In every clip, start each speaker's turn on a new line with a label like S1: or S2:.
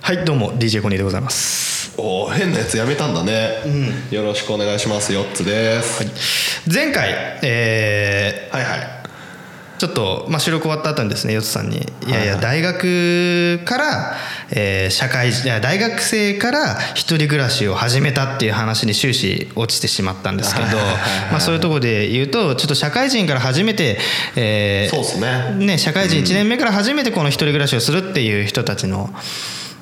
S1: はいどうも DJ コニーでございます
S2: おお変なやつやめたんだね、よろしくお願いします4つです、
S1: 前回え
S2: はい、はい
S1: ーちょっと、まあ、収録終わった後にですねよつさんに「いやいや大学から、えー社会人いや大学生から一人暮らしを始めた」っていう話に終始落ちてしまったんですけどまあそういうところで言うとちょっと社会人から初めて、えー
S2: そうっすね
S1: ね、社会人1年目から初めてこの一人暮らしをするっていう人たちの、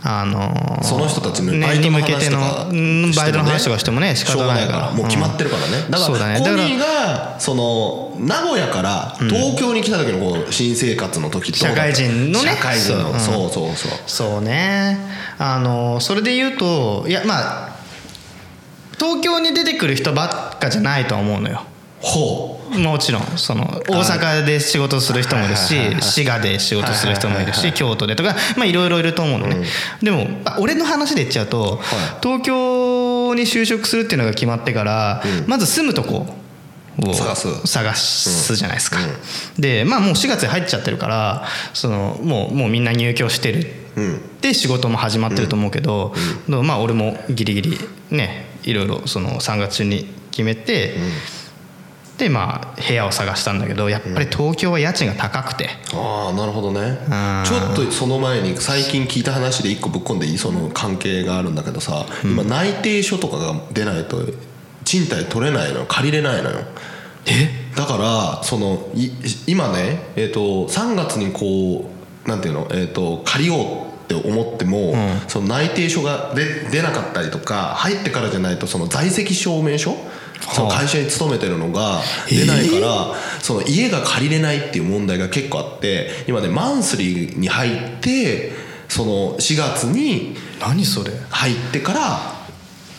S1: あのー
S2: その人たちの
S1: ね
S2: バイト
S1: に
S2: の
S1: 向けて
S2: 話とか
S1: のうんバイトの話とかしてもね仕
S2: しょ
S1: 方
S2: う
S1: が
S2: が
S1: な
S2: ないい
S1: か
S2: かららもう決まって
S1: る
S2: るからね、だ
S1: そ
S2: か
S1: うだ
S2: ら、
S1: ね
S2: コ
S1: だから
S2: ニーがその名古屋から東京に来た時のこう新生活の時と
S1: 社会人のね
S2: 社会人の
S1: そ
S2: そううそうそう
S1: そうね、あのーそれで言うといやまあ東京に出てくる人ばっかじゃないとは思うのよ
S2: ほ
S1: もちろんその大阪で仕事する人もいるし滋賀で仕事する人もいるし京都でとかまあいろいろいると思うのね、でもあ俺の話で言っちゃうと、東京に就職するっていうのが決まってから、まず住むとこを
S2: 探す
S1: 探すじゃないですか、でまあもう4月に入っちゃってるからそのもうもうみんな入居してる
S2: ううん
S1: で仕事も始まってると思うけど、でもまあ俺もギリギリねいろいろその3月中に決めて、でまあ部屋を探したんだけどやっぱり東京は家賃が高くて、
S2: ああなるほどね
S1: ん
S2: ちょっとその前に最近聞いた話で一個ぶっ込んでいいその関係があるんだけどさ、今内定書とかが出ないと賃貸取れないの借りれないのよだからそのい今ねえっ、と3月にこうなんていうのえっ、と借りようって思っても、その内定書が出出なかったりとか入ってからじゃないとその在籍証明書その会社に勤めてるのが出ないから、その家が借りれないっていう問題が結構あって今ねマンスリーに入ってその4月に
S1: 何それ
S2: 入ってから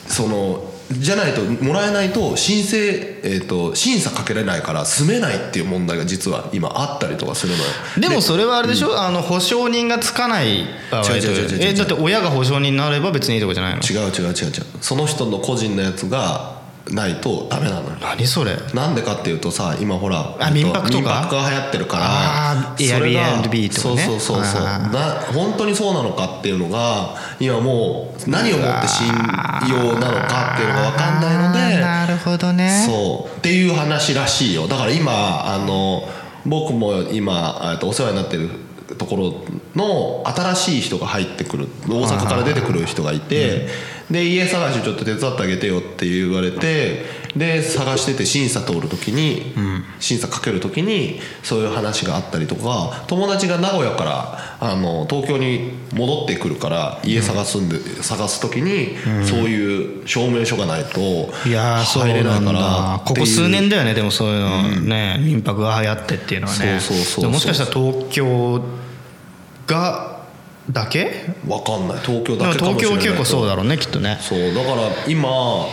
S2: そのじゃないともらえないと申請、えー、と審査かけれないから住めないっていう問題が実は今あったりとかするのよ
S1: でもそれはあれでしょ、あの保証人がつかない場合と
S2: 違う違う違う違う
S1: えだって親が保証人になれば別にいいとこじゃないの
S2: 違う違う違う違うその人の個人のやつがないとダメなのよ
S1: 何それ
S2: なんでかっていうとさ今ほら
S1: あ民泊とか
S2: 民泊が流行ってるから
S1: あー
S2: それが
S1: Airbnb とかね
S2: そうそうそうそう
S1: あー
S2: な本当にそうなのかっていうのが今もう何をもって信用なのかっていうのが分かんないので
S1: あーなるほどね
S2: そうっていう話らしいよだから今あの僕も今えっとお世話になってるところの新しい人が入ってくる大阪から出てくる人がいて、で家探しちょっと手伝ってあげてよって言われてで探してて審査通る時に、審査かける時にそういう話があったりとか友達が名古屋からあの東京に戻ってくるから家探すんで、探す時に、そういう証明書がないと
S1: いやーそう
S2: 入れな
S1: ないん
S2: から
S1: だここ数
S2: っていう
S1: 年だよねでもそういうのね、民泊が流行ってっていうのはね
S2: そうそうそうそう
S1: でももしかしたら東京がだけ
S2: わかんない東京
S1: でも
S2: だけかも
S1: 東
S2: しれ
S1: 京
S2: ない
S1: は結構そう
S2: だ
S1: だろうねきっとね
S2: そうだから今
S1: は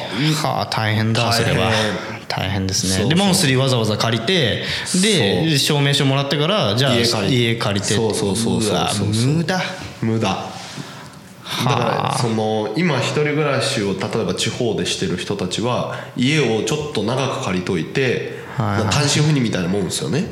S1: あ大変だそれは
S2: 大
S1: 大変ですね
S2: そうそう
S1: でマンスリーわざわざ借りてで証明書もらってからじゃあ
S2: 家借りて
S1: て
S2: そうそうそうそう
S1: わ
S2: そうそう
S1: 無駄
S2: 無駄だからその今一人暮らしを例えば地方でしてる人たちは家をちょっと長く借りといて
S1: はい
S2: 単身赴任みたいなもんですよね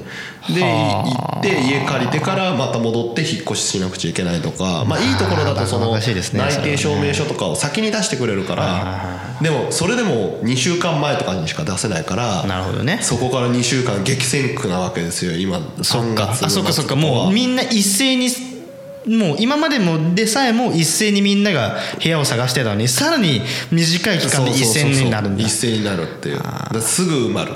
S2: で行って家借りてからまた戻って引っ越ししなくちゃいけないとかまあいいところだとその
S1: まあ難しいですね
S2: 内
S1: それはね
S2: 定証明書とかを先に出してくれるからでもそれでも2週間前とかにしか出せないから
S1: なるほどね
S2: そこから2週間激戦区なわけですよ今
S1: そっ
S2: 3
S1: か
S2: 月
S1: あそっかそっか
S2: の末と
S1: もうみんな一斉にもう今までもでさえも一斉にみんなが部屋を探してたのにさらに短い期間で一斉になるんだ
S2: そうそうそう一斉になるっていうだからすぐ埋まる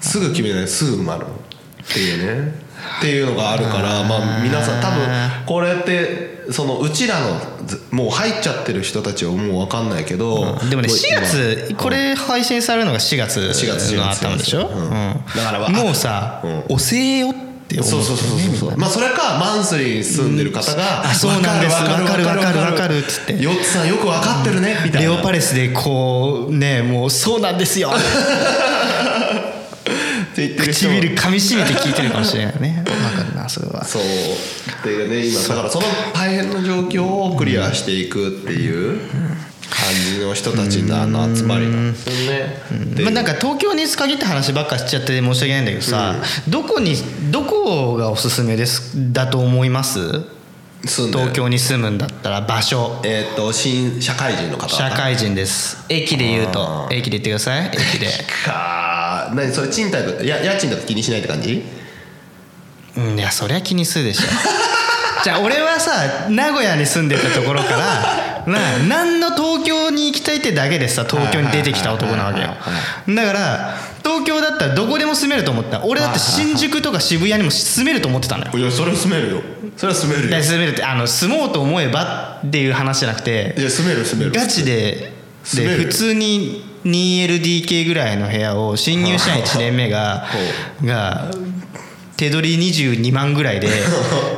S2: すぐ決めないすぐ埋まるっていうねっていうのがあるからまあ皆さん多分これってそのうちらのずもう入っちゃってる人たちはもう分かんないけど、
S1: でもね4
S2: こう今
S1: 月これ配信されるのが4月
S2: 4月
S1: の頭でしょ、
S2: 4月うん
S1: うん
S2: だから
S1: もうさ、
S2: うん
S1: おせえよって思う
S2: そうそうそうそうそう、まあそれかマンスリーに住んでる方が
S1: うんあそうなんです
S2: わかる
S1: わか
S2: わ
S1: る
S2: かる
S1: わかる
S2: わ
S1: わか
S2: か
S1: る
S2: る
S1: っつって
S2: よっつさんよく分かってるねみたい
S1: レ
S2: な
S1: オパレスでこうねもうそうなんですよ
S2: って言ってる人も
S1: 唇噛みしめて聞いてるかもしれないね わかるなそれは
S2: そうっていうね今だからその大変な状況をクリアしていくっていう感じの人たちのあの集まりなんですよね。で
S1: まあ、なんか東京に限った話ばっかしちゃって申し訳ないんだけどさ、どこにどこがおすすめですだと思います
S2: 住んでる
S1: 東京に住むんだったら場所
S2: えーっと新社会人の方
S1: 社会人です駅で言うと
S2: あー
S1: 駅で言ってください駅で
S2: か何それ賃貸とや家賃だと気にしないって感じ
S1: うんいやそりゃ気にするでしょ じゃあ俺はさ名古屋に住んでたところからな何の東京に行きたいってだけでさ東京に出てきた男なわけよ
S2: はいはいはい
S1: だから東京だったらどこでも住めると思った俺だって新宿とか渋谷にも住めると思ってたのよ
S2: いやそれは住めるよそれは住める
S1: いや住めるってあの住もうと思えばっていう話じゃなくて
S2: いや住める住める
S1: ガチで
S2: 住め
S1: で
S2: る
S1: 普通に 2LDK ぐらいの部屋を新入 社員1年目が
S2: ほ
S1: が手取り22万ぐらい で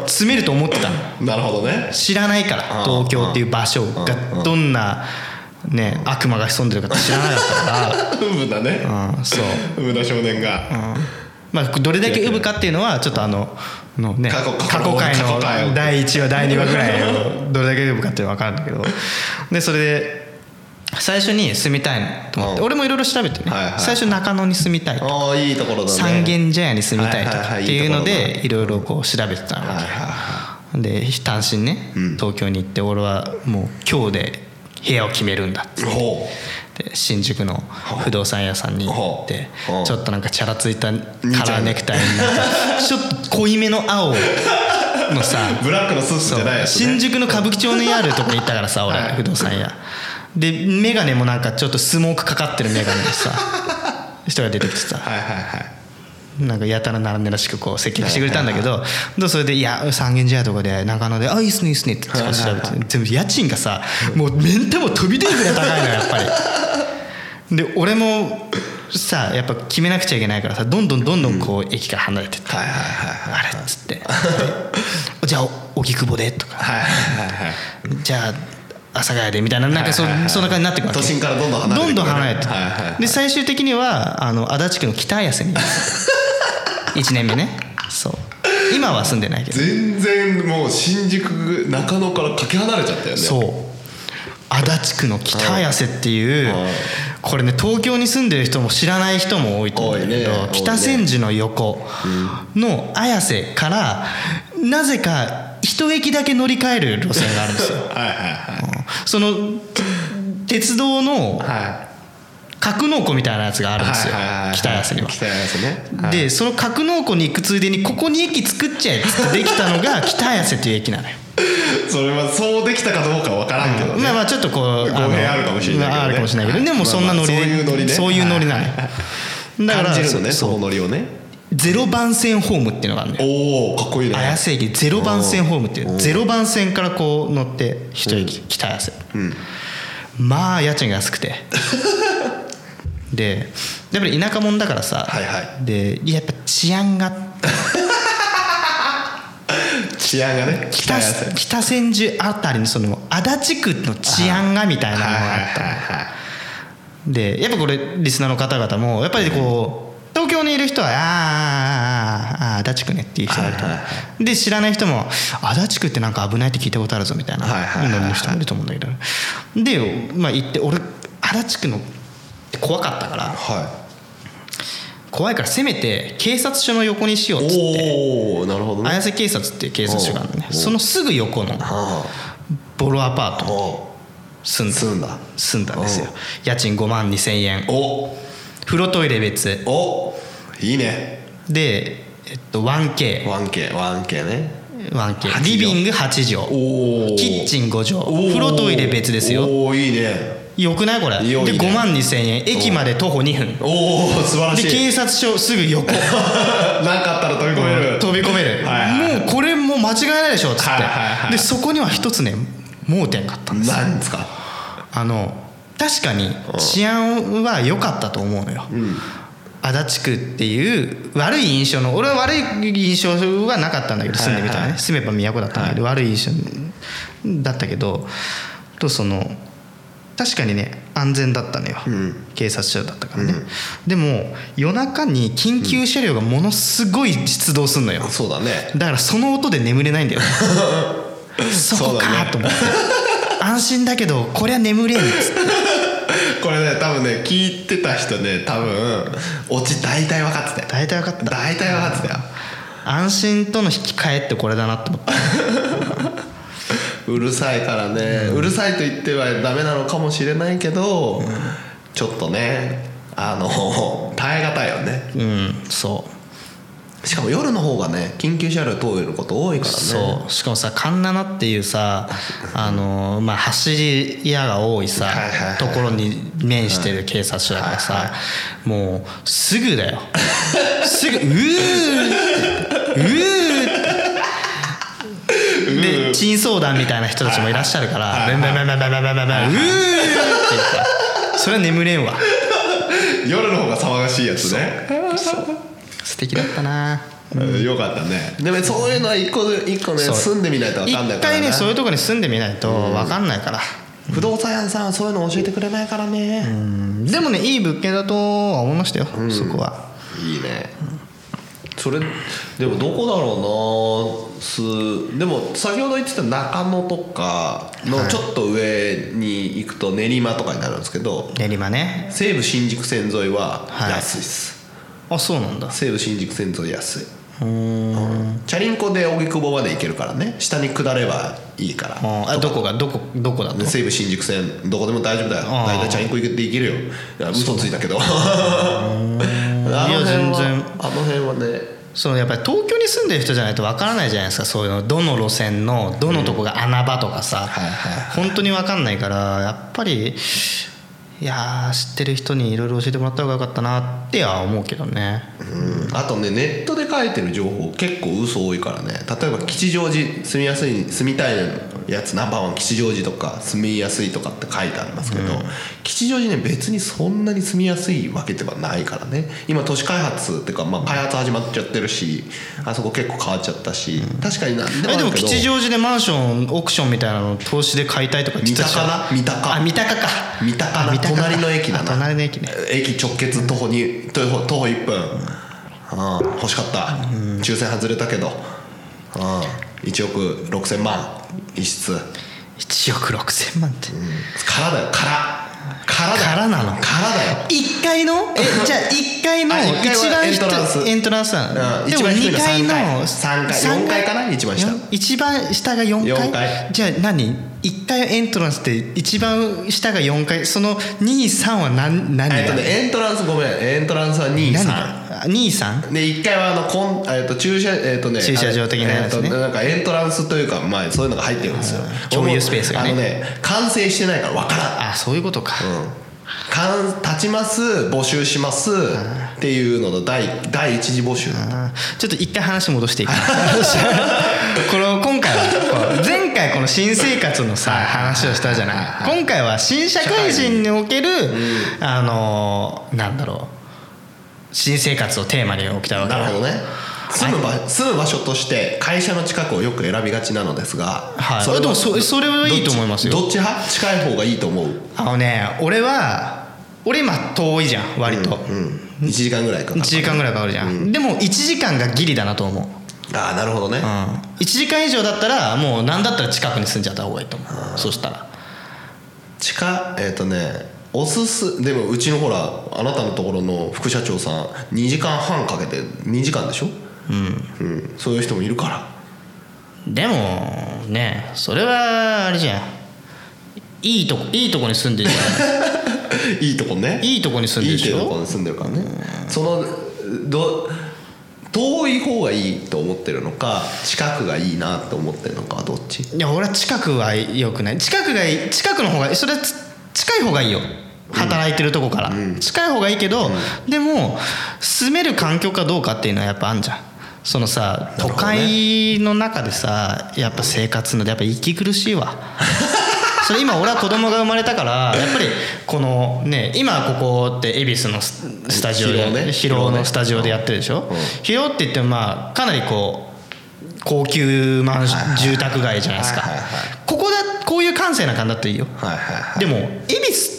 S1: 住めると思ってたの
S2: なるほどね
S1: 知らないから
S2: うん
S1: 東京っていう場所
S2: うんう
S1: が
S2: ん
S1: どんなね悪魔が潜んでるかって知らなかったか
S2: 無駄ね
S1: らうんそう
S2: 無駄少年が
S1: まあどれだけ産むかっていうのはちょっとあののね
S2: 過去
S1: 過去回
S2: 過去回
S1: の
S2: を
S1: 第1話第2話ぐら いをどれだけ産むかっていうのは分かるんだけどでそれで最初に住みたいなと思って
S2: うん
S1: 俺もいろいろ調べてね
S2: はいはい
S1: 最初中野に住みたいとか
S2: ああいいところだね
S1: 三軒茶屋に住みたいと
S2: はいはい
S1: か
S2: はい
S1: っていうの
S2: いいところ
S1: でいろいろこう調べてた
S2: はい
S1: わ
S2: はいは
S1: けで単身ね
S2: うん
S1: 東京に行って俺はもう今日で部屋を決めるんだっ
S2: いほ
S1: で新宿の不動産屋さんに行って
S2: ほう
S1: ちょっとなんかチャラついたカラーネクタイになんかちょっと濃いめの青のさ
S2: う ブラックのスーツ
S1: そ
S2: じゃないや
S1: う
S2: つね
S1: 新宿の歌舞伎町にあるとこに行ったからさ俺
S2: はい
S1: 不動産屋で眼鏡もなんかちょっとスモークかかってる眼鏡で さ人が出てきてさ
S2: はいはいはい
S1: なんかやたら並んでらしくこう接客してくれたんだけどでそれで「いや三軒茶屋とかで中野であいいっすねいいっすね」って調べ
S2: はいはい
S1: て全部家賃がさもうメンタも飛び出るぐらい高いのよやっぱり。で俺もさやっぱ決めなくちゃいけないからさどんどんどんどんこう駅から離れてって
S2: はいはい
S1: 「あれ?」っつって 「じゃあ荻窪で」とか
S2: はいはいはいは
S1: 「
S2: い
S1: じゃあ阿佐ヶ谷で」みたいななんかそ
S2: はいはいはい
S1: そんな感じになってくわけ
S2: 都心からどんどん離れて
S1: どんどん離れて
S2: はいはいはい
S1: で最終的にはあの足立区の北綾瀬に 1年目ねそう今は住んでないけど
S2: 全然もう新宿中野からかけ離れちゃったよね
S1: そう足立区の北綾瀬っていう
S2: はい
S1: これね東京に住んでる人も知らない人も多いと思うんだけど
S2: 多いね多いね
S1: 北千住の横の綾瀬からなぜか一駅だけ乗り換える路線があるんですよ
S2: はいはいはい
S1: その鉄道の
S2: は
S1: 格納庫みたいなやつがあ
S2: い
S1: るんですよ
S2: はいはいはいはい
S1: 北綾瀬には
S2: 北安ねはい
S1: でその格納庫に行くついでにここに駅作っちゃえっつってできたのが北綾瀬っていう駅なのよ、
S2: それはそうできたかどうかは分からんけどね、
S1: まあまあちょっとこう
S2: 語
S1: の
S2: 弊あるかもしれないけどね
S1: まああるかもしれないけどでもそんなノリで、
S2: まあまあそういうノリね
S1: そういうノリなのよだから
S2: 感じるのね
S1: そ
S2: そうのノリをね
S1: 0番線ホームっていうのがあるのよ
S2: おおかっこいいね
S1: 綾瀬駅0番線ホームってい
S2: お
S1: う
S2: ー
S1: 0番線からこう乗って一駅、北綾瀬
S2: うん
S1: まあ家賃が安く てでやっぱり田舎者だからさ、
S2: はいは
S1: でやっぱ治安が
S2: 治安がね
S1: 北
S2: 安
S1: 北千住あたりのその足立区の治安がみたいなの
S2: はいはい
S1: があっ
S2: はい
S1: た
S2: はい
S1: でやっぱこれリスナーの方々もやっぱりこう東京にいる人は「あーあーあーあー足立区ね」っていう人がいると思
S2: はいは
S1: うで知らない人も「足立区ってなんか危ないって聞いたことあるぞ」みたいな
S2: はいはいはいはい
S1: の人もいると思うんだけどで、まあ、行って俺足立区のって怖かったから
S2: は
S1: 怖いからせめて警察署の横にしようっつって
S2: いおおなるほどね
S1: 綾瀬警察っていう警察署があるのね
S2: おうおう
S1: そのすぐ横の
S2: は
S1: ボロアパー
S2: あ
S1: ト
S2: お
S1: 住んだ
S2: 住んだ
S1: 住んだんですよ
S2: うん
S1: 家賃5万2000円
S2: お
S1: 風呂トイレ別
S2: おいいね
S1: で、えっと、1K1K
S2: 1K1K ね畳
S1: リビング8畳
S2: おお
S1: キッチン5
S2: お
S1: 畳
S2: ー
S1: 風呂トイレ別ですよ
S2: おおいいね
S1: よくないこれ
S2: いいよ
S1: で
S2: いいね
S1: 5万2000円駅まで徒歩2分
S2: おお素晴ら
S1: で
S2: しい
S1: 警察署すぐ横
S2: 何かあったら飛び込める
S1: 飛び込める
S2: はいはいはい
S1: もうこれもう間違いないでしょっつって、
S2: はいはいはい
S1: でそこには一つね盲点があったんですよ
S2: なんですか
S1: あの確かに治安は良かったと思うのよ、
S2: ん
S1: 足立区っていう悪い印象の俺は悪い印象はなかったんだけど住んでみたらね、
S2: はいはい
S1: 住めば都だったんだけど、悪い印象だったけどとその確かにね安全だったのよ、
S2: うん
S1: 警察署だったからね、でも夜中に緊急車両がものすごい出動すんのよ、
S2: そうだね
S1: だからその音で眠れないん だよそこ
S2: そうだ
S1: か
S2: ね
S1: と思って、安心だけどこりゃ眠れんっつって
S2: これね多分ね聞いてた人ね多分オチ大体分かってたよ
S1: 大体分かった
S2: 大体分かってたよ
S1: 安心との引き換えってこれだなと思って
S2: うるさいからね、うるさいと言ってはダメなのかもしれないけど、ちょっとねあの耐え難いよね
S1: うんそう
S2: しかも夜の方がね緊急車両通ること多いからね
S1: そうしかもさ環七っていうさあの、まあ、走り屋が多いさ、
S2: はいはいはい
S1: ところに面してる警察署だからさ、
S2: はいは
S1: もうすぐだよ すぐ「うー」って「うー」ってで珍相談みたいな人たちもいらっしゃるから「ブンブンブンブンブンブンブンブンうー」って言ってそれは眠れんわ
S2: 夜の方が騒がしいやつね
S1: 素敵だったな
S2: うんよかったねでもそういうのは一個で一個ね
S1: そう
S2: 住んでみないと分かんない
S1: 一
S2: から
S1: 回
S2: ね
S1: ねそういうとこに住んでみないと分かんないから、
S2: 不動産屋さんはそういうの教えてくれないからね、
S1: でもねいい物件だとは思いましたよ、そこはい
S2: いねそれでもどこだろうなすでも先ほど言ってた中野とかのちょっと上に行くと練馬とかになるんですけど、
S1: 練馬ね
S2: 西武新宿線沿いは
S1: はい
S2: 安いっす、
S1: あそうなんだ
S2: 西武新宿線沿い安いう
S1: ーん
S2: チャリンコで荻窪まで行けるからね下に下ればいいから
S1: ああどこがどこどこだと
S2: 西武新宿線どこでも大丈夫だよ
S1: あー
S2: 大体チャリンコ行って行けるよいや嘘ついたけどあの辺はい
S1: や全然
S2: あの辺はね
S1: そのやっぱり東京に住んでる人じゃないとわからないじゃないですかそういうのどの路線のどのとこが穴場とかさ、
S2: はいは
S1: 本当にわかんないからやっぱりいやー知ってる人にいろいろ教えてもらった方がよかったなっては思うけどね
S2: うんあとねネットで書いてる情報結構嘘多いからね例えば吉祥寺住みやすい住みたいやつナンバーワン吉祥寺とか住みやすいとかって書いてありますけど、吉祥寺ね別にそんなに住みやすいわけではないからね今都市開発っていうか、まあ、開発始まっちゃってるしあそこ結構変わっちゃったし、確かになんでも
S1: え
S2: あるけ
S1: で
S2: ど
S1: も吉祥寺でマンションオークションみたいなの投資で買いたいとか言ってたじゃん
S2: 三鷹な三鷹
S1: あ三鷹か
S2: 三鷹な
S1: あ三鷹か
S2: 隣の駅だな
S1: あ隣の駅ね
S2: 駅直結徒歩に徒歩徒歩1分、ああ欲しかった、抽選外れたけど、ああ1億6000万一室
S1: 1億6000万って、
S2: 空だよ空空だよ
S1: 空なの
S2: 空だよ
S1: 1階の えじゃあ1階の
S2: あ一階は
S1: 一番
S2: エントランス
S1: 人エントランスな
S2: う
S1: の
S2: ん
S1: で
S2: 一
S1: も
S2: 番低い
S1: 2
S2: の
S1: 階の
S2: 3階4階かな一番下
S1: よ一番下が4階
S2: 四階
S1: じゃあ何1階エントランスって一番下が4階その23は何何が、
S2: えっとねエントランスごめんエントランスは
S1: 何
S2: 23
S1: があ23
S2: で1階はあのこん、えっと駐車えっとね
S1: 駐車場的なやつね
S2: えっとなんかエントランスというか、まあ、そういうのが入ってるんですよ
S1: 共有スペースがね
S2: あのね完成してないからわからん
S1: あそういうことか、
S2: うん、かん立ちます募集しますっていうのの第第一次募集
S1: あーちょっと一回話戻していく この今回はこう前回この新生活のさ話をしたじゃない今回は新社会人におけるあのーなんだろう新生活をテーマに起きたわけ
S2: なる
S1: よ
S2: ほどね住む場住む場所として会社の近くをよく選びがちなのですが、
S1: はい
S2: は
S1: でもそそれはいいと思いますよ
S2: どっちどっち派近い方がいいと思う
S1: あのね俺は俺今遠いじゃん割と
S2: うん1時間ぐらいか
S1: 1
S2: な
S1: 時間ぐらいかかるじゃんでも1時間がギリだなと思う
S2: ああなるほどね、
S1: 1時間以上だったらもう何だったら近くに住んじゃった方がいいと思うそしたら
S2: 近えっ、とねおすすでもうちのほらあなたのところの副社長さん2時間半かけて2時間でしょ、うんそういう人もいるから
S1: でもねそれはあれじゃんいいとこいいとこに住んでるじゃ
S2: いいとこね
S1: んいいとこに住んで
S2: い
S1: る
S2: い
S1: でし
S2: とこ
S1: ょ
S2: に住んでるからねそのど遠い方がいいと思ってるのか近くがいいなと思ってるのかどっち
S1: いや俺は近くは良くない近くがいい近くの方がそれはつ近い方がいいよ働いてるとこから、近い方がいいけど、でも住める環境かどうかっていうのはやっぱあんじゃんそのさ、
S2: な
S1: 都
S2: るほどね
S1: 会の中でさやっぱ生活のやっぱ息苦しい わそれ今俺は子供が生まれたからやっぱりこのね今ここって恵比寿のススタジオで
S2: 広尾ね
S1: 広尾のスタジオでやってるでしょ
S2: うん
S1: 広尾って言ってもまあかなりこう高級マンション住宅街じゃないですか
S2: はいはいはい
S1: ここだこういう閑静な感じだといいよ
S2: はいはいは
S1: でも恵比寿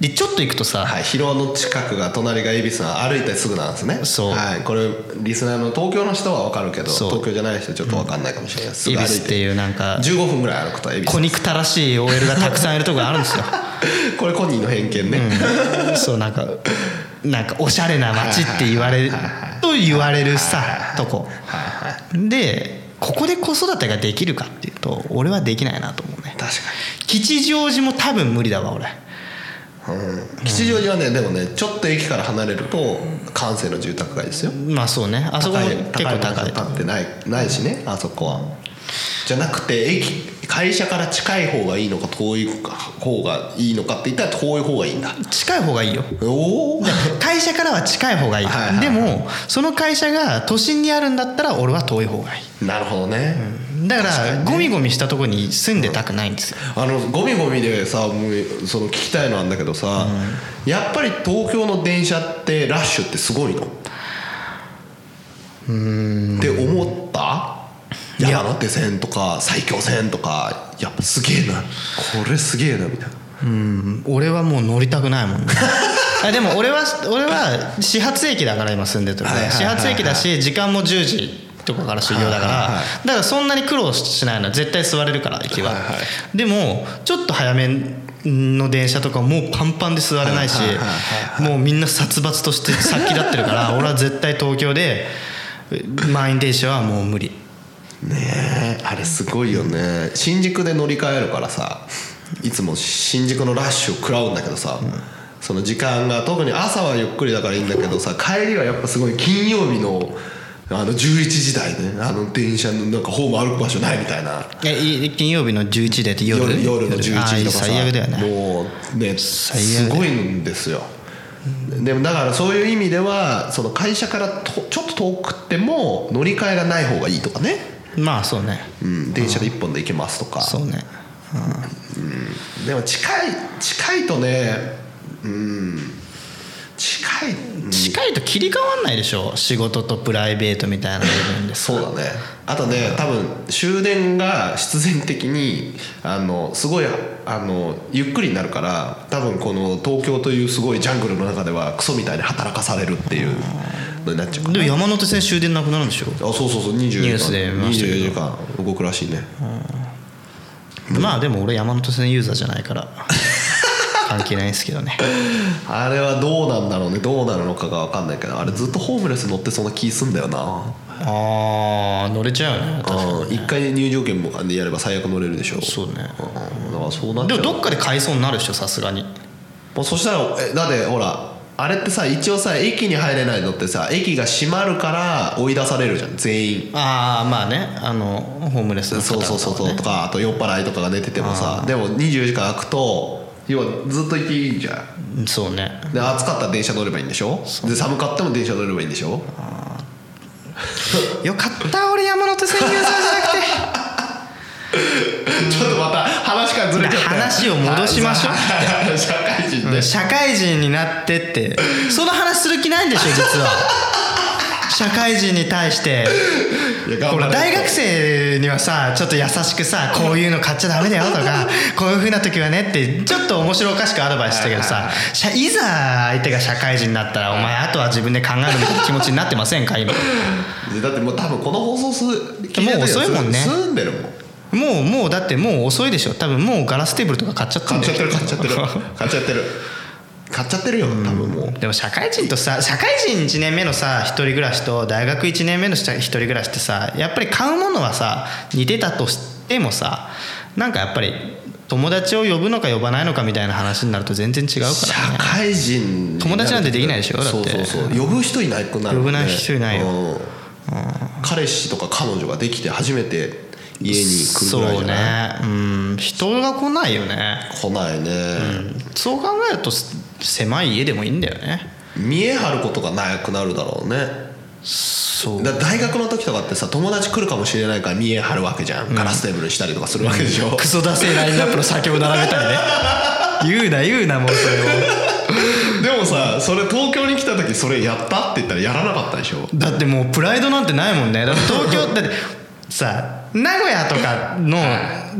S1: でちょっと行くとさ、
S2: はい、広尾の近くが隣が恵比寿な歩いてすぐなんですね
S1: そう
S2: はい、これリスナーの東京の人は分かるけど
S1: そう
S2: 東京じゃない人ちょっと分かんないかもしれない、す
S1: 恵
S2: ぐ歩
S1: 比
S2: い
S1: 寿って
S2: て
S1: いうなんか
S2: 15分ぐらい歩くと恵比
S1: 小
S2: 寿
S1: 憎たらしい OL がたくさんいるとこがあるんですよ
S2: これコニーの偏見ね、
S1: そうなんかなんかおしゃれな街って言われると言われるさとこでここで子育てができるかっていうと俺はできないなと思う確かに吉祥寺も多分無理だわ俺
S2: うん吉祥寺はねでもねちょっと駅から離れると閑静の住宅街ですよ
S1: まあそうねあそこも
S2: 高い
S1: 結構高い
S2: 建ってないないしねあそこはじゃなくて駅会社から近い方がいいのか遠い方がいいのかって言ったら遠い方がいいんだ
S1: 近い方がいいよ
S2: お お
S1: 会社からは近い方がいい
S2: はいはい
S1: でもその会社が都心にあるんだったら俺は遠い方がいい
S2: なるほどね、
S1: だからゴミゴミしたとこに住んでたくないんですよ
S2: あのゴミゴミでさもうその聞きたいのあんだけどさ、やっぱり東京の電車ってラッシュってすごいのって思った
S1: いや
S2: 山手線とか埼京線とかやっぱすげえなこれすげえなみたいな
S1: うん俺はもう乗りたくない もんねあでも俺は俺は始発駅だから今住んでるとこ
S2: はいはいはい
S1: 始
S2: はい
S1: 発駅だし時間も10時とかから修行だか
S2: はいはい
S1: ら
S2: はい
S1: だからそんなに苦労しないの絶対座れるから駅は、
S2: はいは
S1: でもちょっと早めの電車とかもうパンパンで座れないし
S2: はいはいは
S1: もうみんな殺伐として殺気立ってるから 俺は絶対東京で満員電車はもう無理
S2: ねえあれすごいよね新宿で乗り換えるからさいつも新宿のラッシュを食らうんだけどさ、その時間が特に朝はゆっくりだからいいんだけどさ帰りはやっぱすごい金曜日のあの11時台ねあの電車のなんかホーム歩く場所ないみたいな
S1: えい金曜日の11時でって夜
S2: 夜夜の11時とかさ
S1: あ最悪だよね
S2: もうね
S1: 最
S2: す
S1: 悪だよ
S2: ごいんですよでもだからそういう意味ではその会社からとちょっと遠くても乗り換えがない方がいいとかね、
S1: まあそうね
S2: うん、電車で1本で行けますとか、
S1: そうね
S2: でも近い近いとねうん近い、うん
S1: 近いと切り替わんないでしょ仕事とプライベートみたいな部分で
S2: そうだねあとね多分終電が必然的にあのすごいあのゆっくりになるから多分この東京というすごいジャングルの中ではクソみたいに働かされるっていうのになっちゃうか
S1: で
S2: ら
S1: も山手線終電なくなるんでしょ
S2: あそうそうそう24
S1: ニュース
S2: 時
S1: で
S2: 間
S1: 見ましたけど
S2: 24時間動くらしいね
S1: まあでも俺山手線ユーザーじゃないから関係ないですけどね
S2: あれはどうなんだろうねどうなるのかが分かんないけどあれずっとホームレス乗ってそうな気すんだよな
S1: ああ乗れちゃうよね確か
S2: うん一回入場券もあのやれば最悪乗れるでしょ
S1: そうね
S2: うんだからそうなっ
S1: に
S2: ち
S1: で
S2: ゃう
S1: もどっかで買いそうになるでしょさすがに
S2: もうそしたらえだってほらあれってさ一応さ駅に入れないのってさ駅が閉まるから追い出されるじゃん全員
S1: ああまあねあのホームレスの方々
S2: そう
S1: はね
S2: そうそうそうとかあと酔っ払いとかが寝ててもさでも24時間空くと要はずっと行っていいんじゃん
S1: うんそうね
S2: で暑かったら電車乗ればいいんでしょで寒かったも電車乗ればいいんでしょ
S1: よかった俺山手線ユーザーじゃなくて
S2: ちょっとまた話からずれちゃったよ
S1: 話を戻しましょ
S2: 社会 人
S1: う
S2: で
S1: ん社会人になってってその話する気ないんでしょ実は 社会人に対して
S2: いや頑張
S1: ほ
S2: ら
S1: ら
S2: ない
S1: 大
S2: と
S1: 学生にはさちょっと優しくさこういうの買っちゃダメだよと かこういうふうな時はねってちょっと面白おかしくアドバイスしたけどさ社いざ相手が社会人になったらお前あとは自分で考えるみたいな気持ちになってませんか 今
S2: でだってもう多分この放送す
S1: もう遅いもんね
S2: 住んでるもん
S1: もうもうだってもう遅いでしょ多分もうガラステーブルとか買っちゃった
S2: 買
S1: ん
S2: っ
S1: だ
S2: ちゃ
S1: よ
S2: ってる買っちゃってる買っちゃってる買っちゃってるよ多分もう
S1: でも社会人とさ社会人1年目のさ一人暮らしと大学1年目の一人暮らしってさやっぱり買うものはさ似てたとしてもさなんかやっぱり友達を呼ぶのか呼ばないのかみたいな話になると全然違うか
S2: 社
S1: らね
S2: 会人
S1: 友達なんてできないでしょだって
S2: そうそうそう呼ぶ人いないくなるもんね
S1: 呼ぶ人いないよ
S2: うん彼氏とか彼女ができて初めて家に来るぐらい
S1: そう
S2: じゃな
S1: ね
S2: い
S1: うん人が来ないよね、
S2: 来ないね
S1: そう考えるとす狭い家でもいいんだよね
S2: 見え張ることがなくなるだろうね
S1: そう
S2: だ大学の時とかってさ友達来るかもしれないから見え張るわけじゃんガラステーブルしたりとかするわけでしょ
S1: クソダセえラインナップの酒を並べたりね言うな言うなもうそれを
S2: でもさそれ東京に来た時それやったって言ったらやらなかったでしょ
S1: だってもうプライドなんてないもんねだって東京だってさ 名古屋とかの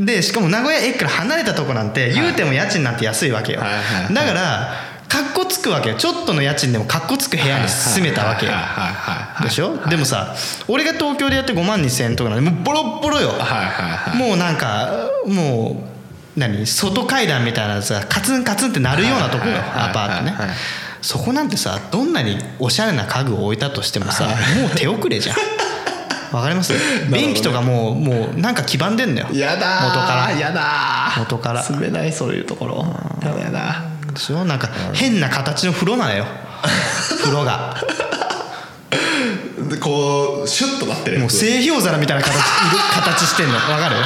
S1: でしかも名古屋駅から離れたとこなんて言うても家賃なんて安いわけよ
S2: はいはいはい
S1: だからかっこつくわけよちょっとの家賃でもかっこつく部屋に住めたわけよ
S2: はいはいはいはい
S1: でしょでもさ俺が東京でやって5万2000円とかなんでもうボロッボロよ
S2: はいはいはい
S1: もうなんかもう何外階段みたいなさカツンカツンって鳴るようなとこよ
S2: はいはいはいはい
S1: アパートね
S2: はいはい
S1: そこなんてさどんなにおしゃれな家具を置いたとしてもさもう手遅れじゃんわかり ます便器とかもうもうなんか黄ばんでんのよ
S2: やだー
S1: 元から
S2: やだー
S1: 元から
S2: 住めないそういうところやだやだ
S1: でしょなんか変な形の風呂なのよ風呂が
S2: でこうシュッとなってる
S1: も
S2: や
S1: う
S2: つ
S1: 製氷皿みたいな形形してんのわかる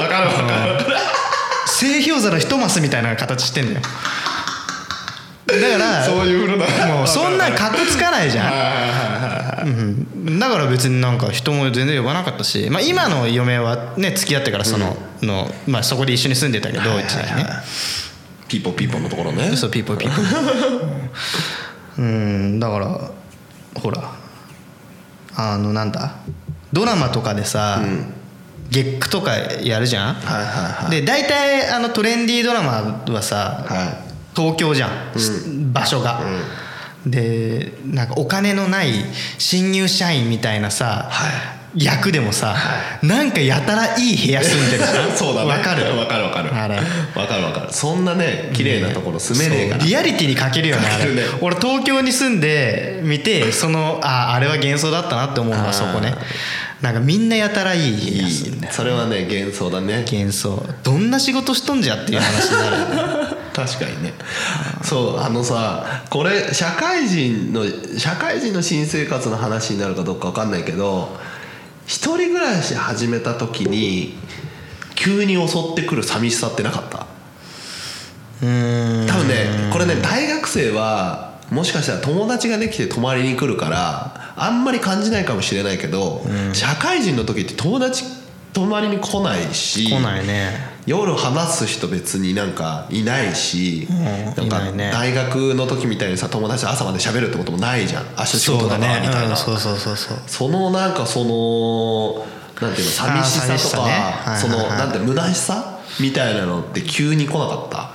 S2: わかるわかる
S1: 製氷皿一マスみたいな形してんのよだから
S2: そういう風呂だ
S1: もうそんなん
S2: わ
S1: かっこつかないじゃん
S2: かる
S1: うんだから別になんか人も全然呼ばなかったし、まあ、今の嫁はね付き合ってからその,、のまあ、そこで一緒に住んでたけど一年ね、
S2: ピーポーピーポーのところね
S1: そうピーポーピーポー うんだからほらあのなんだドラマとかでさ、月9とかやるじゃん、
S2: はいはいはい
S1: で大体あのトレンディードラマはさ、
S2: は
S1: 東京じゃん、場所が、でなんかお金のない新入社員みたいなさ、
S2: は
S1: 役でもさ、なんかやたらいい部屋住んでるじゃん
S2: そうだね
S1: わかる
S2: わかるわかる
S1: あれ
S2: わかるわかるそんなね 綺麗なところ住めねえから
S1: そうリアリティに欠けるよねあ
S2: 欠け
S1: れ
S2: るね
S1: 俺東京に住んで見てそのああれは幻想だったなって思うのはそこねなんかみんなやたらいい部
S2: い
S1: 屋
S2: い
S1: 住んでる
S2: それはね幻想だね
S1: 幻想どんな仕事しとんじゃっていう話になるよね
S2: 確かにねそうあのさこれ社会人の社会人の新生活の話になるかどうか分かんないけど一人暮らし始めた時に急に襲ってくる寂しさってなかった
S1: うーん
S2: 多分ねこれね大学生はもしかしたら友達ができて泊まりに来るからあんまり感じないかもしれないけど、社会人の時って友達泊まりに来 ないし
S1: 来ないね
S2: 夜話す人別になんかいないし、
S1: うん
S2: ない
S1: なんい
S2: か
S1: ね
S2: 大学の時みたいにさ友達と朝まで喋るってこともないじゃん明日仕
S1: そ
S2: 事
S1: う
S2: だ
S1: だ
S2: な
S1: ね
S2: みたいな、
S1: うんそ
S2: そ
S1: うそうそうそう
S2: のなんかそのなんていうの寂しさ
S1: 寂し
S2: と
S1: さ
S2: か
S1: ねはいはいはい
S2: そのなんて虚しさみたいなのって急に来なかった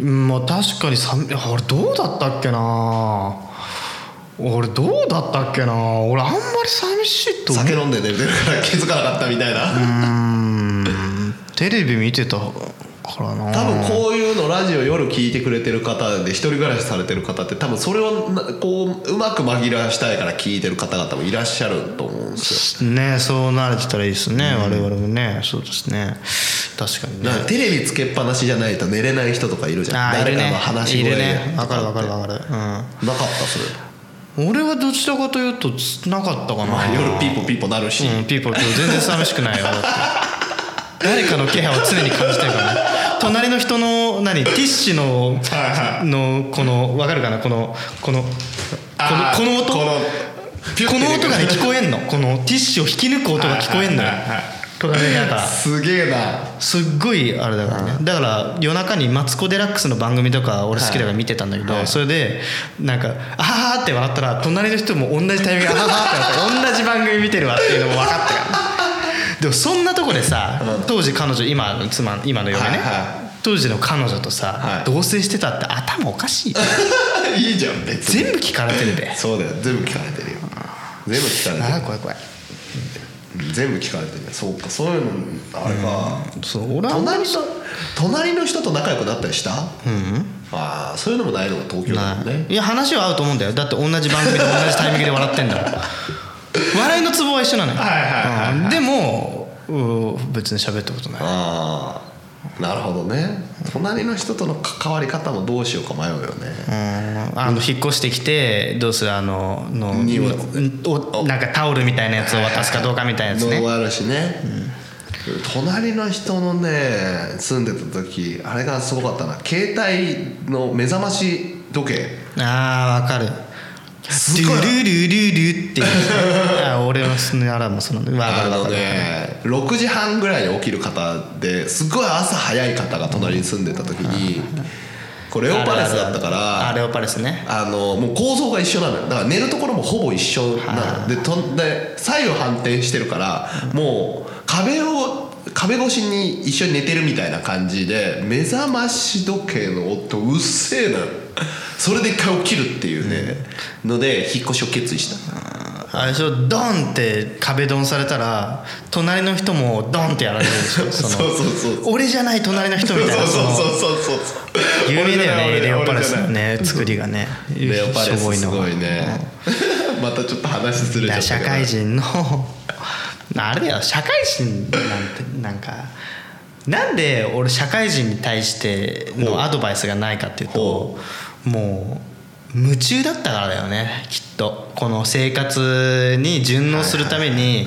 S1: うんまあ確かにさいや俺どうだったっけな俺どうだったっけな俺あんまり寂しいと思う
S2: 酒飲んで寝てるから気づかなかったみたいな、
S1: うーんテレビ見てたからな
S2: 多分こういうのラジオ夜聞いてくれてる方で一人暮らしされてる方って多分それをなこううまく紛らわしたいから聞いてる方々もいらっしゃると思うんですよ
S1: ねそうなれてたらいいですね、我々もねそうですね確かにね
S2: なんかテレビつけっぱなしじゃないと寝れない人とかいるじゃん
S1: ーい
S2: 誰
S1: る
S2: か
S1: ね
S2: の話し
S1: い
S2: 声
S1: る
S2: で
S1: ねわかるわかるわかる、
S2: なかったそれ、
S1: うん、俺はどちらかというとつなかったかな、
S2: まあ、夜ピーポピーポなるし、
S1: うんピーポーピーポー全然寂しくないよだって誰かの気配を常に感じてるからね隣の人の何ティッシュののこのわかるかなこのこのこ
S2: あー
S1: のこの音
S2: このピュッ
S1: こ
S2: て
S1: の
S2: 出て
S1: 音
S2: くる
S1: がね聞こえんのこのティッシュを引き抜く音が聞こえんのよ
S2: はいはいはいはい
S1: とかねなんか
S2: すげえな
S1: すっごいあれだからねだから夜中に「マツコ・デラックス」の番組とか俺好きだから見てたんだけど、それでなんか「あー」って笑ったら隣の人も同じタイミングで「あー」って笑って同じ番組見てるわっていうのも分かった からでもそんなとこでさ、当時彼女今の妻今の嫁ね、
S2: はいはい
S1: 当時の彼女とさ、
S2: はい
S1: 同棲してたって頭おか しいよ
S2: いいじゃん別に
S1: 全部聞かれて るで
S2: そうだよ全部聞かれてるよ全部聞かれてる
S1: ああ怖い怖い
S2: 全部聞かれてるねそうかそういうのあれか、
S1: そう俺は
S2: 隣と隣の人と仲良くなったりした、ああそういうのもないのが東京だもんね
S1: いや話は合うと思うんだよだって同じ番組で同じタイミングで笑ってんだ もん笑いのツボは一緒なのよ
S2: はいはいはいはい
S1: うんでもうん別に喋ったことない
S2: ああなるほどね隣の人との関わり方もどうしようか迷うよね
S1: うんあの引っ越してきてどうするあのの
S2: 荷物
S1: うんおなんかタオルみたいなやつを渡すかどうかみたいなやつ
S2: の
S1: ね
S2: もあるしね、隣の人のね住んでた時あれがすごかったな携帯の目覚まし時計
S1: ああわかる
S2: す
S1: ル
S2: ごい
S1: ルルルルっていう あ俺はそのあらもそうなんだわか
S2: あ
S1: るわ
S2: の
S1: かる
S2: ね6時半ぐらいに起きる方ですごい朝早い方が隣に住んでた時にこれレオパレスだったか
S1: あ
S2: ら
S1: レオパレスね
S2: あのもう構造が一緒なのよだから寝るところもほぼ一緒なのでとんで左右反転してるからもう壁を壁越しに一緒に寝てるみたいな感じで目覚まし時計の音うっせえなそれで一回起きるっていうねので引っ越しを決意した
S1: あれでしょドンって壁ドンされたら隣の人もドンってやられるで しょその
S2: そうそうそう
S1: 俺じゃない隣の人みたいな
S2: そう
S1: そ
S2: そう
S1: の
S2: そうそうそう
S1: 有名だよね
S2: 俺じ
S1: レ
S2: ゃない
S1: オパレス
S2: 俺
S1: の
S2: じゃない
S1: ね作りがね
S2: レオパレ
S1: しょぼ
S2: スす
S1: の
S2: ごいね ままたちょっと話ずれちゃ
S1: だ
S2: っ
S1: か
S2: た
S1: ら社
S2: けど
S1: 会人の あれだよ社会人なんてなんかなんで俺社会人に対して
S2: ほう
S1: のアドバイスがないかっていうと
S2: ほ
S1: もう夢中だったからだよねきっとこの生活に順応するために
S2: はいはいは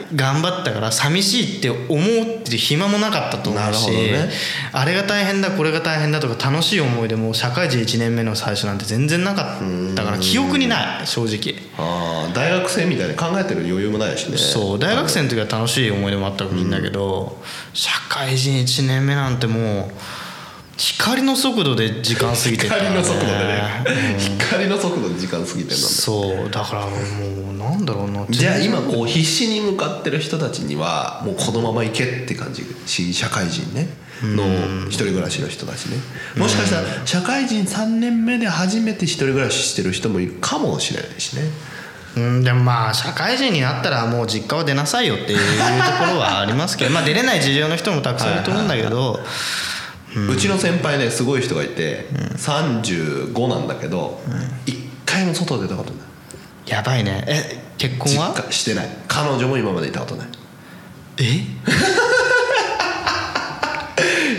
S2: い
S1: 頑張ったから寂しいって思ってる暇もなかったと思
S2: な
S1: う
S2: る
S1: し、
S2: ほどね
S1: あれが大変だこれが大変だとか楽しい思い出も社会人1年目の最初なんて全然なかったから記憶にない正直。
S2: ああ大学生みたいに考えてる余裕もないしね
S1: そう大学生の時は楽しい思い出もあったかもしれないけど、社会人1年目なんてもう光の速度で時間過ぎてったよ
S2: 光の速度でね
S1: うん
S2: 光の速度で時間過ぎてるんだ
S1: そうだからもうなんだろうな
S2: じゃあ今こう必死に向かってる人たちにはもうこのまま行けって感じ新社会人ねの一人暮らしの人たちねもしかしたら社会人3年目で初めて一人暮らししてる人もいるかもしれないしね
S1: うんでもまあ社会人になったらもう実家は出なさいよっていうところはありますけどまあ出れない事情の人もたくさんいると思うんだけど
S2: うちの先輩ねすごい人がいて35なんだけど一回も外出たことない
S1: やばいねえ結婚は
S2: 実家してない彼女も今までいたことない
S1: え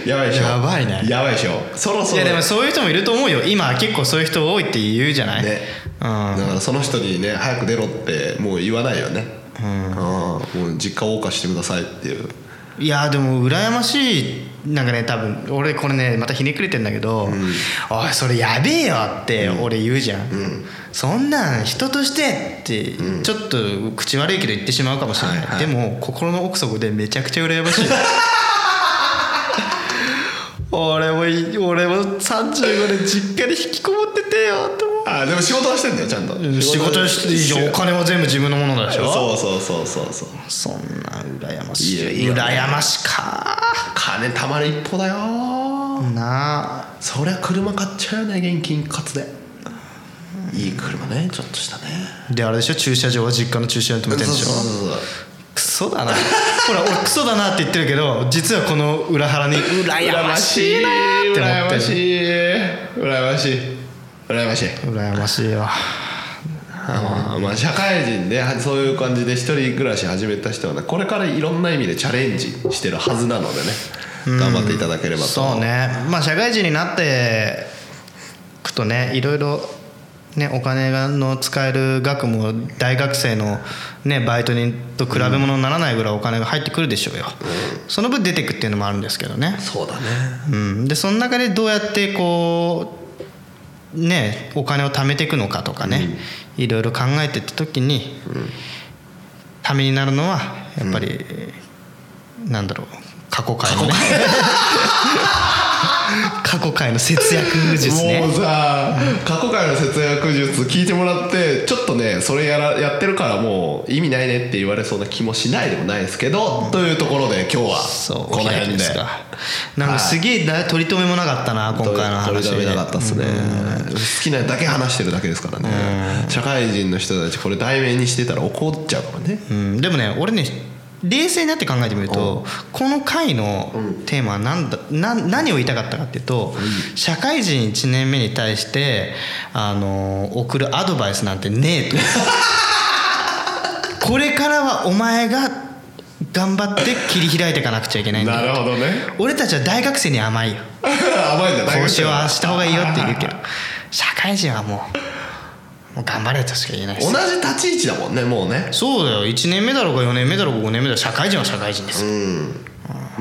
S2: やばいでしょ
S1: やばいね
S2: やばいでしょそろそ
S1: い
S2: ろ
S1: やでもそういう人もいると思うよ今結構そういう人多いって言うじゃない、
S2: ね
S1: うん
S2: だからその人にね早く出ろってもう言わないよねうんもう実家を謳歌してくださいっていう
S1: いやでも羨ましいなんかね多分俺これねまたひねくれてんだけど「おいそれやべえよ」って俺言うじゃん、そんなん人としてってちょっと口悪いけど言ってしまうかもしれない、
S2: はいはい
S1: でも心の奥底でめちゃくちゃ羨ま しい俺もい俺も35年実家に引きこもっててよと思
S2: あでも仕事はしてんだよちゃんと
S1: う仕事していいじゃんお金は全部自分のものだでしょ
S2: そうそうそうそうそう
S1: そんな羨ましい
S2: いやいや
S1: 羨ましか
S2: 金たまる一歩だよ
S1: なあ
S2: そりゃ車買っちゃうよね現金一括でいい車ねちょっとしたね
S1: であれでしょ駐車場は実家の駐車場に止めてるんでし
S2: そう
S1: ょ
S2: そうそう
S1: クソだなほら俺クソだなって言ってるけど実はこの裏腹に羨ましいなーって思
S2: 羨
S1: って
S2: ま
S1: る
S2: しい羨ましい羨ましい
S1: 羨ましいわ
S2: あーまあ社会人ではそういう感じで一人暮らし始めた人はねこれからいろんな意味でチャレンジしてるはずなのでね頑張っていただければと
S1: そうねまあ社会人になってくとねいろいろねお金がの使える額も大学生の、ね、バイトにと比べ物にならないぐらいお金が入ってくるでしょうよ、その分出てくっていうのもあるんですけどね
S2: そうだね
S1: うん、でその中でどうやってこうねお金を貯めていくのかとかね、いろいろ考えてった時に、ためになるのはやっぱり、なんだろう過去回のね過去回の節約術
S2: もう
S1: ね
S2: さ過去回の節約術聞いてもらってちょっとねそれやらやってるからもう意味ないねって言われそうな気もしないでもないですけど、というところで今日
S1: そ
S2: は
S1: う
S2: この
S1: お開き
S2: 辺で
S1: ですかなんかすげえだ取り留めもなかったな今回の話
S2: 取り留めなかったっすね好きなだけ話してるだけですからね社会人の人たちこれ題名にしてたら怒っちゃうからね
S1: うん、でもね俺ね冷静になって考えてみるとこの回のテーマは何だな何を言いたかったかっていうと社会人1年目に対してあのー送るアドバイスなんてねえとこれからはお前が頑張って切り開いていかなくちゃいけ ないんだよ
S2: ほどね
S1: 俺たちは大学生に甘いよ
S2: 甘いんだ
S1: こうしようあ
S2: は
S1: あした方がいいよって言うけど社会人はもうもう頑張れとしか言えないです
S2: 同じ立ち位置だもんねもうね
S1: そうだよ1年目だろうが4年目だろうが5年目だろうが社会人は社会人ですよ、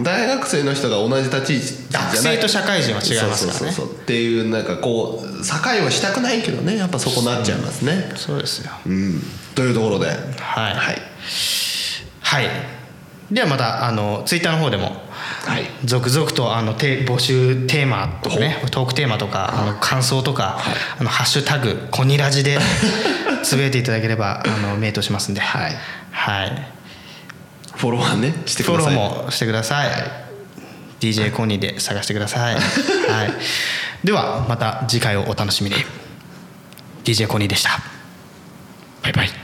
S2: 大学生の人が同じ立ち位置じゃない
S1: 学生と社会人は違いますからね
S2: そうそうそうそうっていうなんかこう境はしたくないけどねやっぱそこなっちゃいますね
S1: そうですよ
S2: うんというところで
S1: はい
S2: はい
S1: はいではまたあのツイッターの方でも
S2: はい
S1: 続々とあのて募集テーマとかねトークテーマとかあの感想とか「あのハッシュタグコニラジ」 でつぶやいていただければあのメイトしますんではい、
S2: フォロワーねして
S1: フ
S2: く
S1: ォ
S2: だ
S1: ロ
S2: さい
S1: ーもしてください、DJ コニーで探してくだ さい、はい、ではまた次回をお楽しみに DJ コニーでしたバイバイ